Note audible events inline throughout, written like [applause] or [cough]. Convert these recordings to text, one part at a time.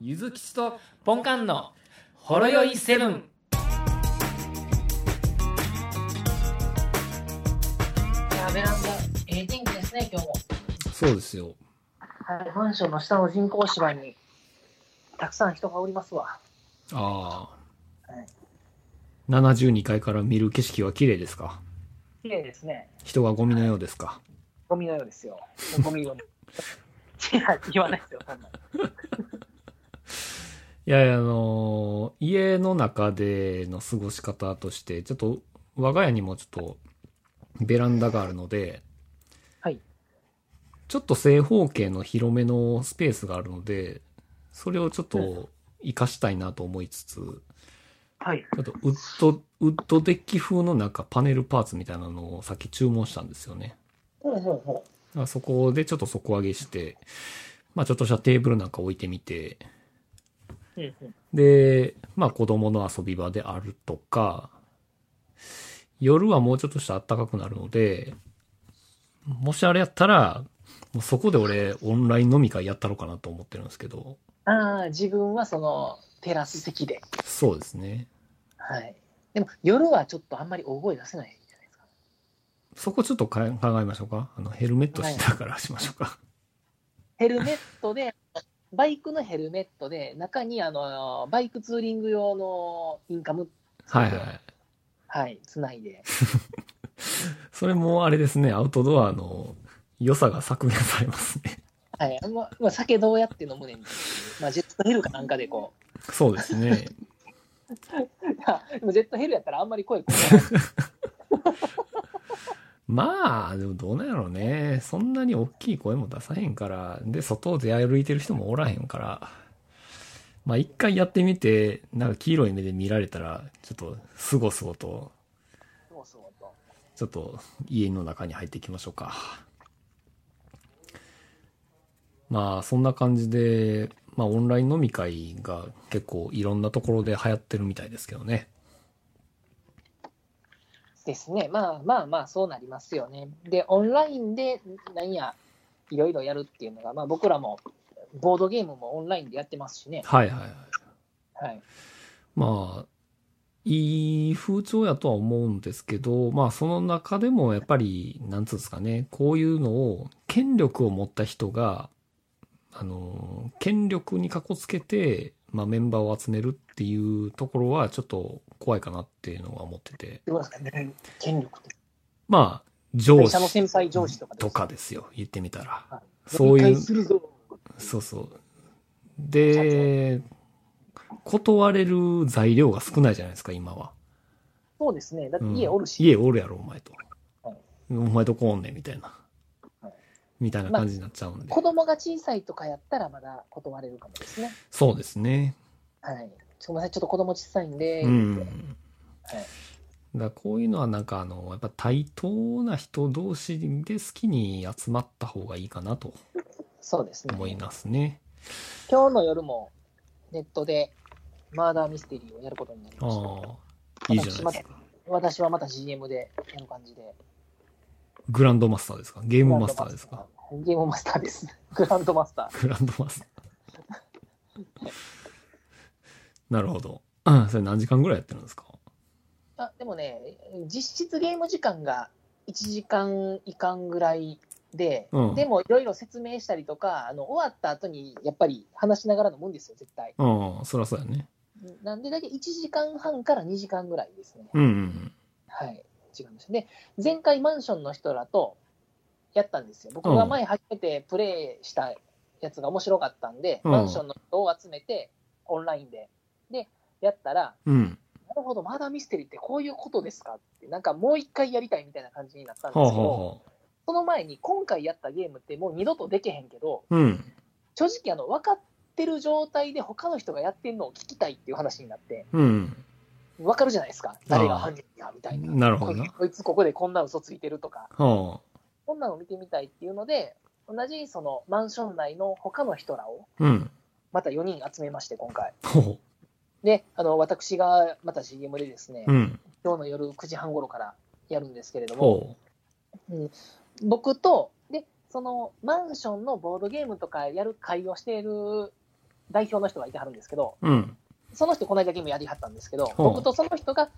ゆずきちとポンカンのほろよいセブン。いや、ベランダ、ええ天気ですね、今日も。そうですよ。はい、マンションの下の人工芝に、たくさん人がおりますわ。ああ。はい72階から見る景色は綺麗ですか綺麗ですね。人がゴミのようですかゴミのようですよ。ゴミ色に。いや、言わないですよ、そんなの。いやいや、あのー家の中での過ごし方として、ちょっと、我が家にもちょっと、ベランダがあるので、はい。ちょっと正方形の広めのスペースがあるので、それをちょっと活かしたいなと思いつつ、はい。ちょっとウッド、ウッドデッキ風のなんかパネルパーツみたいなのをさっき注文したんですよね。ほうほうほだからそこでちょっと底上げして、まあちょっとしたテーブルなんか置いてみて、う。うんうん。で、まあ子供の遊び場であるとか、夜はもうちょっとしたら暖かくなるので、もしあれやったら、もうそこで俺オンライン飲み会やったろうかなと思ってるんですけど、ああ、自分はその、テラス席で。そうですね。はい。でも、夜はちょっとあんまり大声出せないじゃないですか。そこちょっとか考えましょうか。あの、ヘルメットしながらしましょうか。ヘルメットで、 [laughs] バイクのヘルメットで、中にあの、バイクツーリング用のインカム、はいはい。はい、つないで。それもあれですね、アウトドアの良さが削減されますね。はい、まあ、まあ、酒どうやって飲むねんっていうまあ、ジェットヘルかなんかでこそうですね。う。 [laughs] でもジェットヘルやったらあんまり声こ [laughs] ない。 [laughs] まあ、でもどうなんやろうね。そんなに大きい声も出さへんから、で、外を出歩いてる人もおらへんから、まあ一回やってみて、なんか黄色い目で見られたら、ちょっと、すごすごと、そうそうと。ちょっと家の中に入っていきましょうか。まあそんな感じで、まあオンライン飲み会が結構いろんなところで流行ってるみたいですけどね。ですね。まあまあまあ、そうなりますよね。で、オンラインで、なんや、いろいろやるっていうのが、まあ僕らも、ボードゲームもオンラインでやってますしね。はいはいはい。はい。まあ、いい風潮やとは思うんですけど、まあその中でもやっぱり、なんつうんですかね、こういうのを、権力を持った人が、あの、権力にかこつけて、まあメンバーを集めるっていうところはちょっと怖いかなっていうのは思ってて。どうですかね。権力って。まあ、上会社の司先輩上司とかですとかですよ、言ってみたらは。そう飲いみう会、するぞそうそう。で、断れる材料が少ないじゃないですか、今は。そうですね。だってうん家おるし。家おるやろ、お前と。はいお前どこおんねん、みたいなはい。みたいな感じになっちゃうんで。子供が小さいとかやったらまだ断れるかもですね。そうですね。はい。すみません、ちょっと子供小さいんで、うん。はいだからこういうのはなんかあの、やっぱ対等な人同士で好きに集まった方がいいかなとそうですね。思いますね。今日の夜もネットでマーダーミステリーをやることになりあました。あ、いいじゃないですか。私はまた GM でやる感じで。グランドマスターですかゲームマスターですかゲームマスターです。 [laughs] グランドマスタグランドマスター。なるほど。うんそれ何時間ぐらいやってるんですかー。あでもね、実質ゲーム時間が1時間いかんぐらいで、うんでもいろいろ説明したりとか、あの終わった後にやっぱり話しながら飲むんですよ、絶対。うん、そりゃそうやね。なんでだけ1時間半から2時間ぐらいですね。うんうんうん。はい、違うんですね。前回マンションの人らとやったんですよ。僕が前初めてプレイしたやつが面白かったんで、うんマンションの人を集めて、オンラインで。で、やったら、うん。なるほど、マーダーミステリーってこういうことですかって、なんかもう一回やりたいみたいな感じになったんですほうけほど、うほその前に今回やったゲームってもう二度とできへんけど、う。うん。正直あの、分かってる状態で他の人がやってるのを聞きたいっていう話になって、うん。分かるじゃないですか。誰が犯人や、みたいな。なるほどな。こいつここでこんな嘘ついてるとか。はこんなの見てみたいっていうので、同じそのマンション内の他の人らを、あ。うん。また4人集めまして、今回。ほう。で、あの、私がまた CM でですね、うん。今日の夜9時半頃からやるんですけれども、ほ僕と、で、そのマンションのボードゲームとかやる会をしている代表の人がいてはるんですけど、うん。その人、この間ゲームやりはったんですけど、ほう僕とその人が、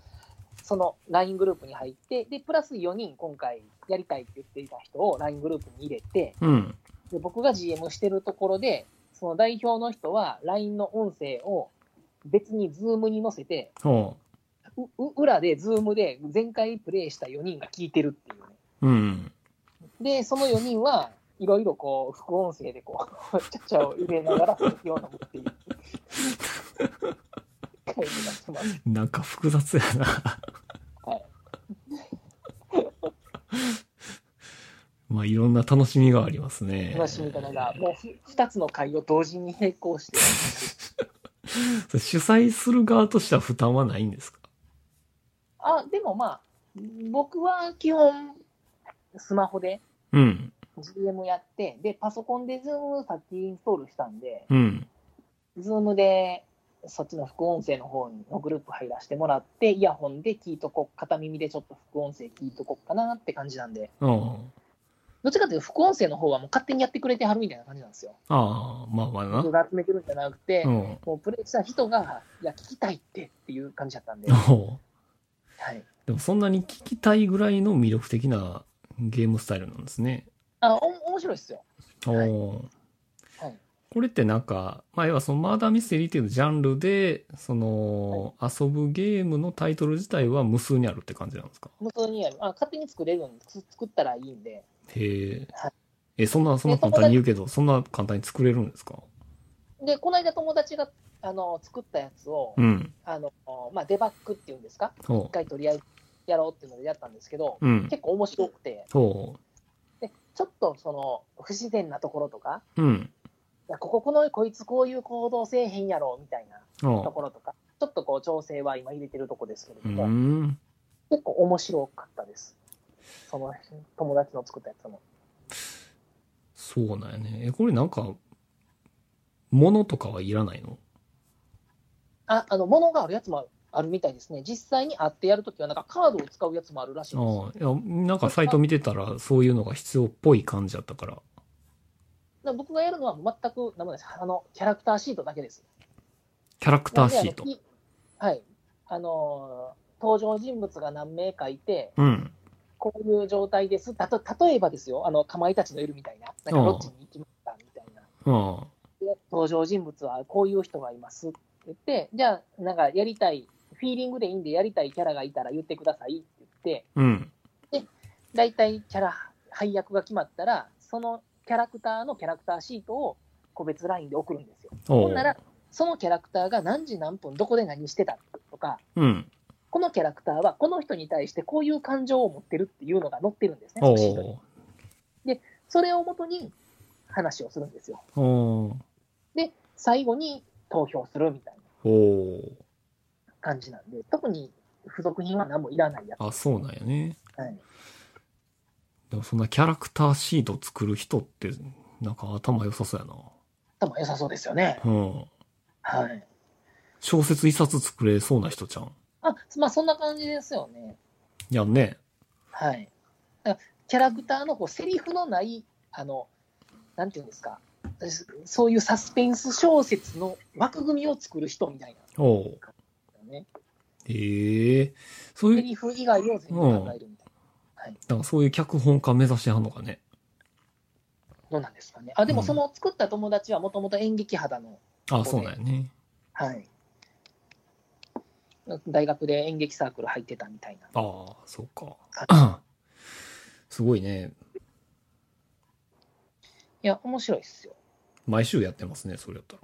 その LINE グループに入って、で、プラス4人、今回やりたいって言っていた人を LINE グループに入れて、うん。で僕が GM してるところで、その代表の人は LINE の音声を別に Zoom に載せて、ほうう裏で Zoom で前回プレイした4人が聞いてるっていうね。う。うん。で、その4人はいろいろこう、副音声でこう、 [laughs] ちゃちゃを入れながら酒を飲むっていう。会議がしてます。なんか複雑やな。はい。 [laughs] まあ、いろんな楽しみがありますね。楽しみ方が、もう2つの会を同時に並行して、それ主催する側としては負担はないんですかあ、でもまあ、僕は基本、スマホでうん。 GM やって、で、パソコンで Zoom さっきインストールしたんで、うん。 Zoom でそっちの副音声の方のグループ入らせてもらって、イヤホンで聞いとこ、片耳でちょっと副音声聞いとこっかなって感じなんで、うん。どっちかというと副音声の方はもう勝手にやってくれてはるみたいな感じなんですよ。ああ、まあまあな人。が集めてるんじゃなくて、うん。もうプレイした人が、いや、聞きたいってっていう感じだったんで、はおうい。でもそんなに聞きたいぐらいの魅力的なゲームスタイルなんですね。あ、お面白いっすよ。おはいお。はい。これってなんか、まあ、要はそのマーダーミステリーっていうジャンルで、その、遊ぶゲームのタイトル自体は無数にあるって感じなんですか無数にあるあ、勝手に作れるんで、つ作ったらいいんで、へえはい。え、そんな、そんなでそ簡こで単に言うけど、そんな簡単に作れるんですかで、この間友達が、あの、作ったやつを、うん。あの、まあ、デバッグっていうんですかほ一回とりあえずやろうっていうのでやったんですけど、う。うん。結構面白くて、ほでちょっとその不自然なところとか、う。うん。いやこここのこいつこういう行動せえへんやろみたいなとほころとか、ちょっとこう調整は今入れてるとこですけれう。うども、ん。結構面白かったです。その友達の作ったやつも。そうなんやね。え、これなんか、物とかはいらないのあ、あの、物があるやつもあるみたいですね。実際に会ってやるときは、なんかカードを使うやつもあるらしいです。ああ、いや、なんかサイト見てたら、そういうのが必要っぽい感じだったから。だから僕がやるのは全く何もないです。あの、キャラクターシートだけです。キャラクターシートなん。であのいはい。あのー登場人物が何名かいて、うん。こういう状態です。たと、例えばですよ、あの、かまいたちのいるみたいな。なんうんか、どっちに行きましたみたいな。うん。で、登場人物はこういう人がいますって言って、じゃあ、なんか、やりたい、フィーリングでいいんで、やりたいキャラがいたら言ってくださいって言って、うん。だいたいキャラ、配役が決まったら、そのキャラクターのキャラクターシートを個別ラインで送るんですよ。おほんなら、そのキャラクターが何時何分、どこで何してたとか、うん。このキャラクターはこの人に対してこういう感情を持ってるっていうのが載ってるんですね、お特集にうそれをもとに話をするんですよ。おうで、最後に投票するみたいなおう感じなんで、特に付属品は何もいらないやあ、そうなんやね。つ。はい、でもそんなキャラクターシート作る人って、なんか頭良さそうやな。頭良さそうですよね。うん。はい。小説一冊作れそうな人じゃん。あ、まあそんな感じですよね。やんね。はい。だからキャラクターのこうセリフのない、あの、なんていうんですか、そういうサスペンス小説の枠組みを作る人みたいなんでおうすよね。ええそういセう、リフ以外を全部考えるみたいな。なんかそういう脚本家目指してはんのかね。どうなんですかね。あ、でもうんその作った友達はもともと演劇肌の、あ、そうなんやね。はい。大学で演劇サークル入ってたみたいな。ああ、そうか。 [coughs] すごいね。いや、面白いっすよ。毎週やってますね、それやったら。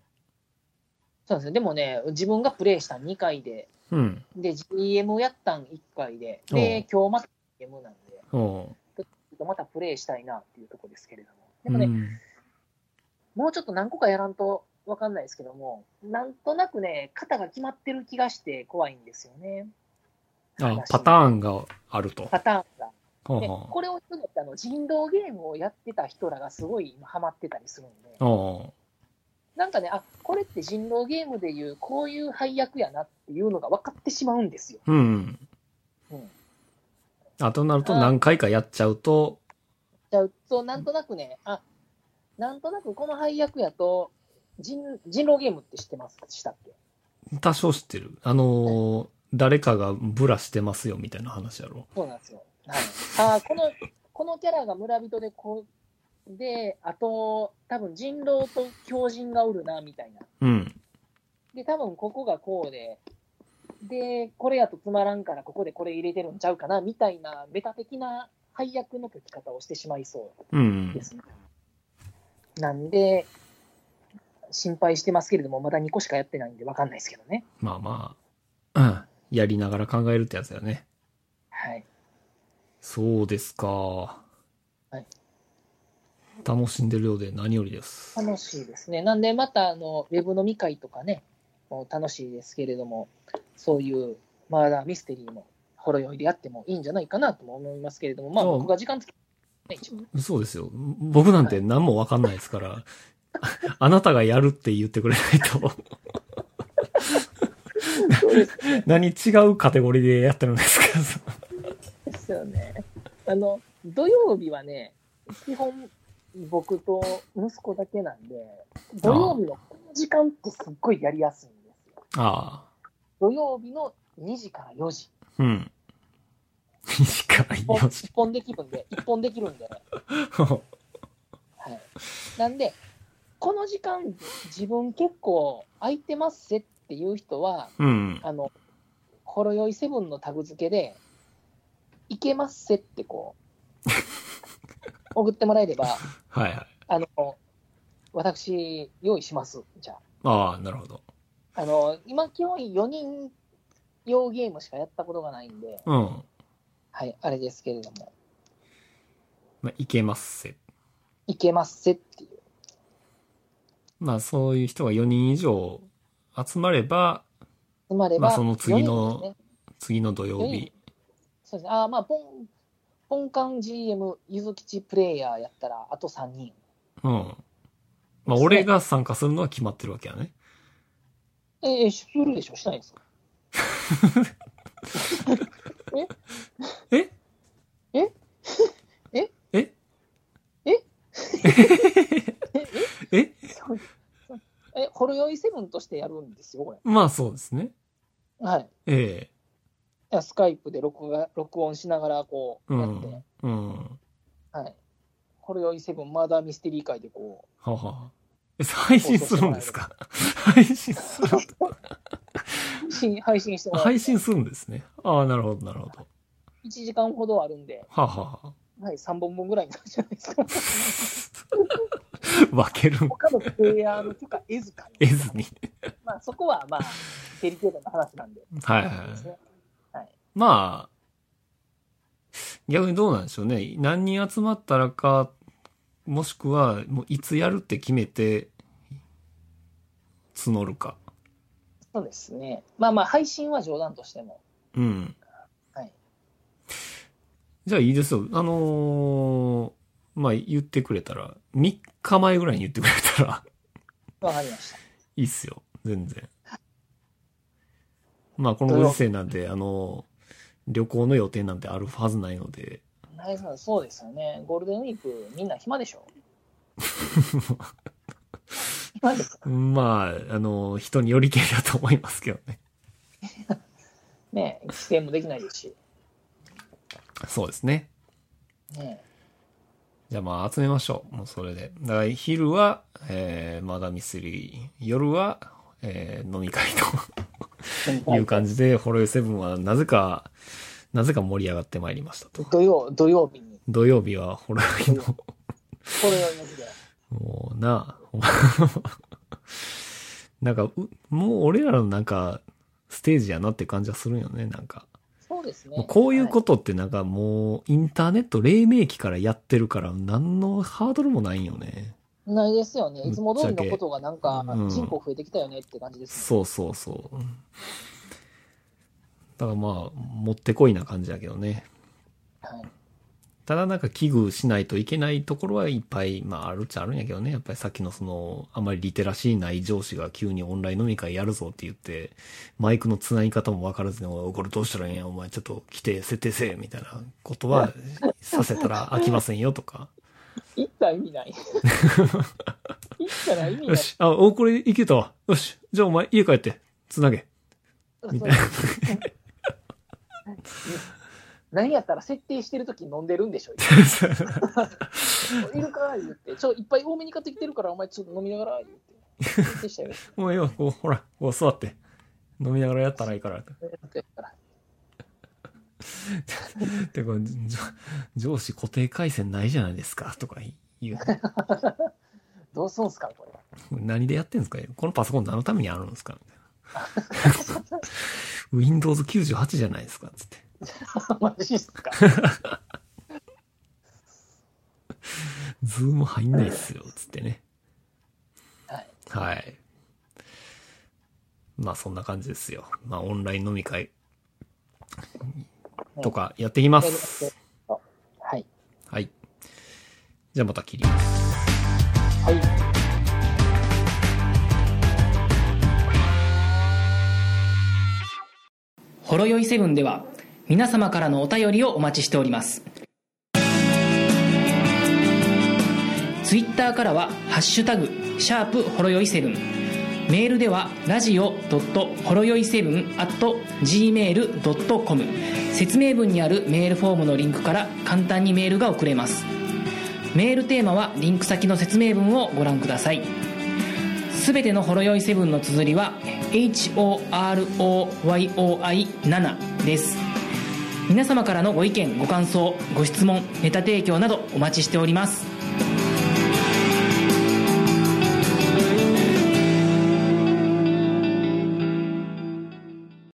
そうなんですよ。でもね、自分がプレイしたん2回で、うん。で、GM やったん1回で、うんで、今日また GM なんで、うん。またプレイしたいなっていうところですけれども。でうもね、ん。もうちょっと何個かやらんとわかんないですけども、なんとなくね、肩が決まってる気がして怖いんですよね。あ、パターンがあると。パターンが。はであこれを含めてあの人狼ゲームをやってた人らがすごい今ハマってたりするんで、はあ。なんかね、あこれって人狼ゲームでいう、こういう配役やなっていうのが分かってしまうんですよ。うん。うん、あとなると何回かやっちゃうと、じゃあ、そうなんとなくね、あなんとなくこの配役やと、人人狼ゲームって知ってますしたっけ多少知ってる。あのー誰かがブラしてますよみたいな話やろ。そうなんですよ。はい、あーこの、このキャラが村人でこう、で、あと、多分人狼と狂人がおるな、みたいな。うん。で、多分ここがこうで、で、これやとつまらんから、ここでこれ入れてるんちゃうかな、みたいな、ベタ的な配役の書き方をしてしまいそううんで。すね。なんで、心配してますけれども、まだ2個しかやってないんで分かんないですけどね。まあまあ、うん。やりながら考えるってやつだね。はい。。そうですか。はい楽しんでるようで何よりです。楽しいですね。なんで、また、あの、ウェブ飲み会とかね、もう楽しいですけれども、そういうマーダーミステリーも、ほろ酔いでやってもいいんじゃないかなとも思いますけれども、まあ、そう僕が時間つけね一応そうですよ。僕なんて何もわかんないですから、 [laughs] ああなたがやるって言ってくれないと、そうですね。何違うカテゴリーでやってるんですか。ですよね。あの、土曜日はね、基本、僕と息子だけなんで、土曜日のこの時間ってすっごいやりやすいんですよ。あ土曜日の2時から4時。あ、うん。短い一本よし一。本できるんで、一本できるんで。はい、なんで、この時間、自分結構空いてますぜっていう人は、うん。あの、ほろ酔いセブンのタグ付けで、いけますぜってこう、送ってもらえれば、はいはい。あの、私、用意します。じゃああ、なるほど。あ。あの、今、基本4人用ゲームしかやったことがないんで、うん。はい、あれですけれども、まあ、いけますせ。いけますぜっていう。まあ、そういう人が4人以上集まれば、つまれば、まあその次の4人ですね次の土曜日。そうですね。あーまあ、ポン、ポンカン GM、ゆずきちプレイヤーやったら、あと3人。うん。まあ、俺が参加するのは決まってるわけやね。ええ、するでしょしないですかえええ [laughs] えええええ、ほろ酔いセブンとしてやるんですよ、これ。まあ、そうですね。はい。えいやスカイプで録画録音しながら、こえ。うう、やって、ん。うん。ははい。ほろ酔いセブン、マーダーミステリー会で、こあはあ。え、配信するんですか配信する。う、し配信してもらって、配信するんですね。ああ、なるほど、なるほど。 1時間ほどあるんで、はあ、はあははい、3本分ぐらいになるじゃないですか。 [laughs] あ、分けるん。他のプレイヤーの許可得ずかねえずに。まあ、そこは、まあ、デリケートな話なんで。はいはいですはい。ねはい。まあ、逆にどうなんでしょうね。何人集まったらか、もしくは、もういつやるって決めて、募るか。そうですね。まあまあ、配信は冗談としても。うん。はい。じゃあいいですよ。あのーまあ言ってくれたら、3日前ぐらいに言ってくれたら [laughs] わかりました。いいっすよ。全然。まあこのご時世なんで、あのー旅行の予定なんてあるはずないので、ナイスなそうですよね。ゴールデンウィーク、みんな暇 [laughs] でしょ暇ですかまあ、あのー人によりけりだと思いますけどね。ね規制もできないですし。そうですね。ねじゃあまあ集めましょう。もうそれで。だから昼は、えー、まだミステリー。夜は、えー、飲み会という感じで、ホロヨセブンはなぜか、なぜか盛り上がってまいりましたと。土曜、土曜日に、土曜日はホロヨイの、これを呼んで。もうな、 [laughs] なんかう、もう俺らのなんか、ステージやなって感じはするよね、なんか。そうですもねう。こういうことってなんかもう、インターネット黎明期からやってるから、何のハードルもないんよね。はいないですよね。いつも通りのことがなんかぶっちゃけうん人口増えてきたよねって感じですね。そうそうそう。だからまあ、もってこいな感じだけどね。はい。ただなんか危惧しないといけないところはいっぱい、まああるっちゃあるんやけどね。やっぱりさっきのその、あまりリテラシーない上司が急にオンライン飲み会やるぞって言って、マイクの繋ぎ方もわからずに、おいこれどうしたらいいんや、お前ちょっと来て設定せえ、みたいなことはさせたら飽きませんよとか。行った意 [laughs] 味ない。行ったら意味なよい。し、あ、お、これいけたわ。よし、じゃあお前家帰って、つなげ。 [laughs] みたいな何やったら設定してる時飲んでるんでしょ [laughs] いるか言って、ちょ、いっぱい多めに買ってきてるから、お前ちょっと飲みながら言って。設定した [laughs] よ。もう今、こう、ほら、こう座って。飲みながらやったらいいから。てか、じょ上司固定回線ないじゃないですか、とか言う。どうすんすか、これ。 [laughs] 何でやってんですかこのパソコン何のためにあるんです [laughs] かみたいな。Windows98 じゃないですかつって。マジっすか。ズーム入んないっすよ、つってね。はい。はい。まあそんな感じですよ。まあオンライン飲み会とかやっていきます。 [laughs] はい。はい。じゃあまた切ります。はい。ほろよいセブンでは皆様からのお便りをお待ちしておりますツイッターからは「ハッシュタグシャープほろよいセブン」メールではラジオほろよい7 gmail.com 説明文にあるメールフォームのリンクから簡単にメールが送れますメールテーマはリンク先の説明文をご覧くださいすべてのほろ酔いセブンの綴りは HOROYOI7 です皆様からのご意見ご感想ご質問ネタ提供などお待ちしております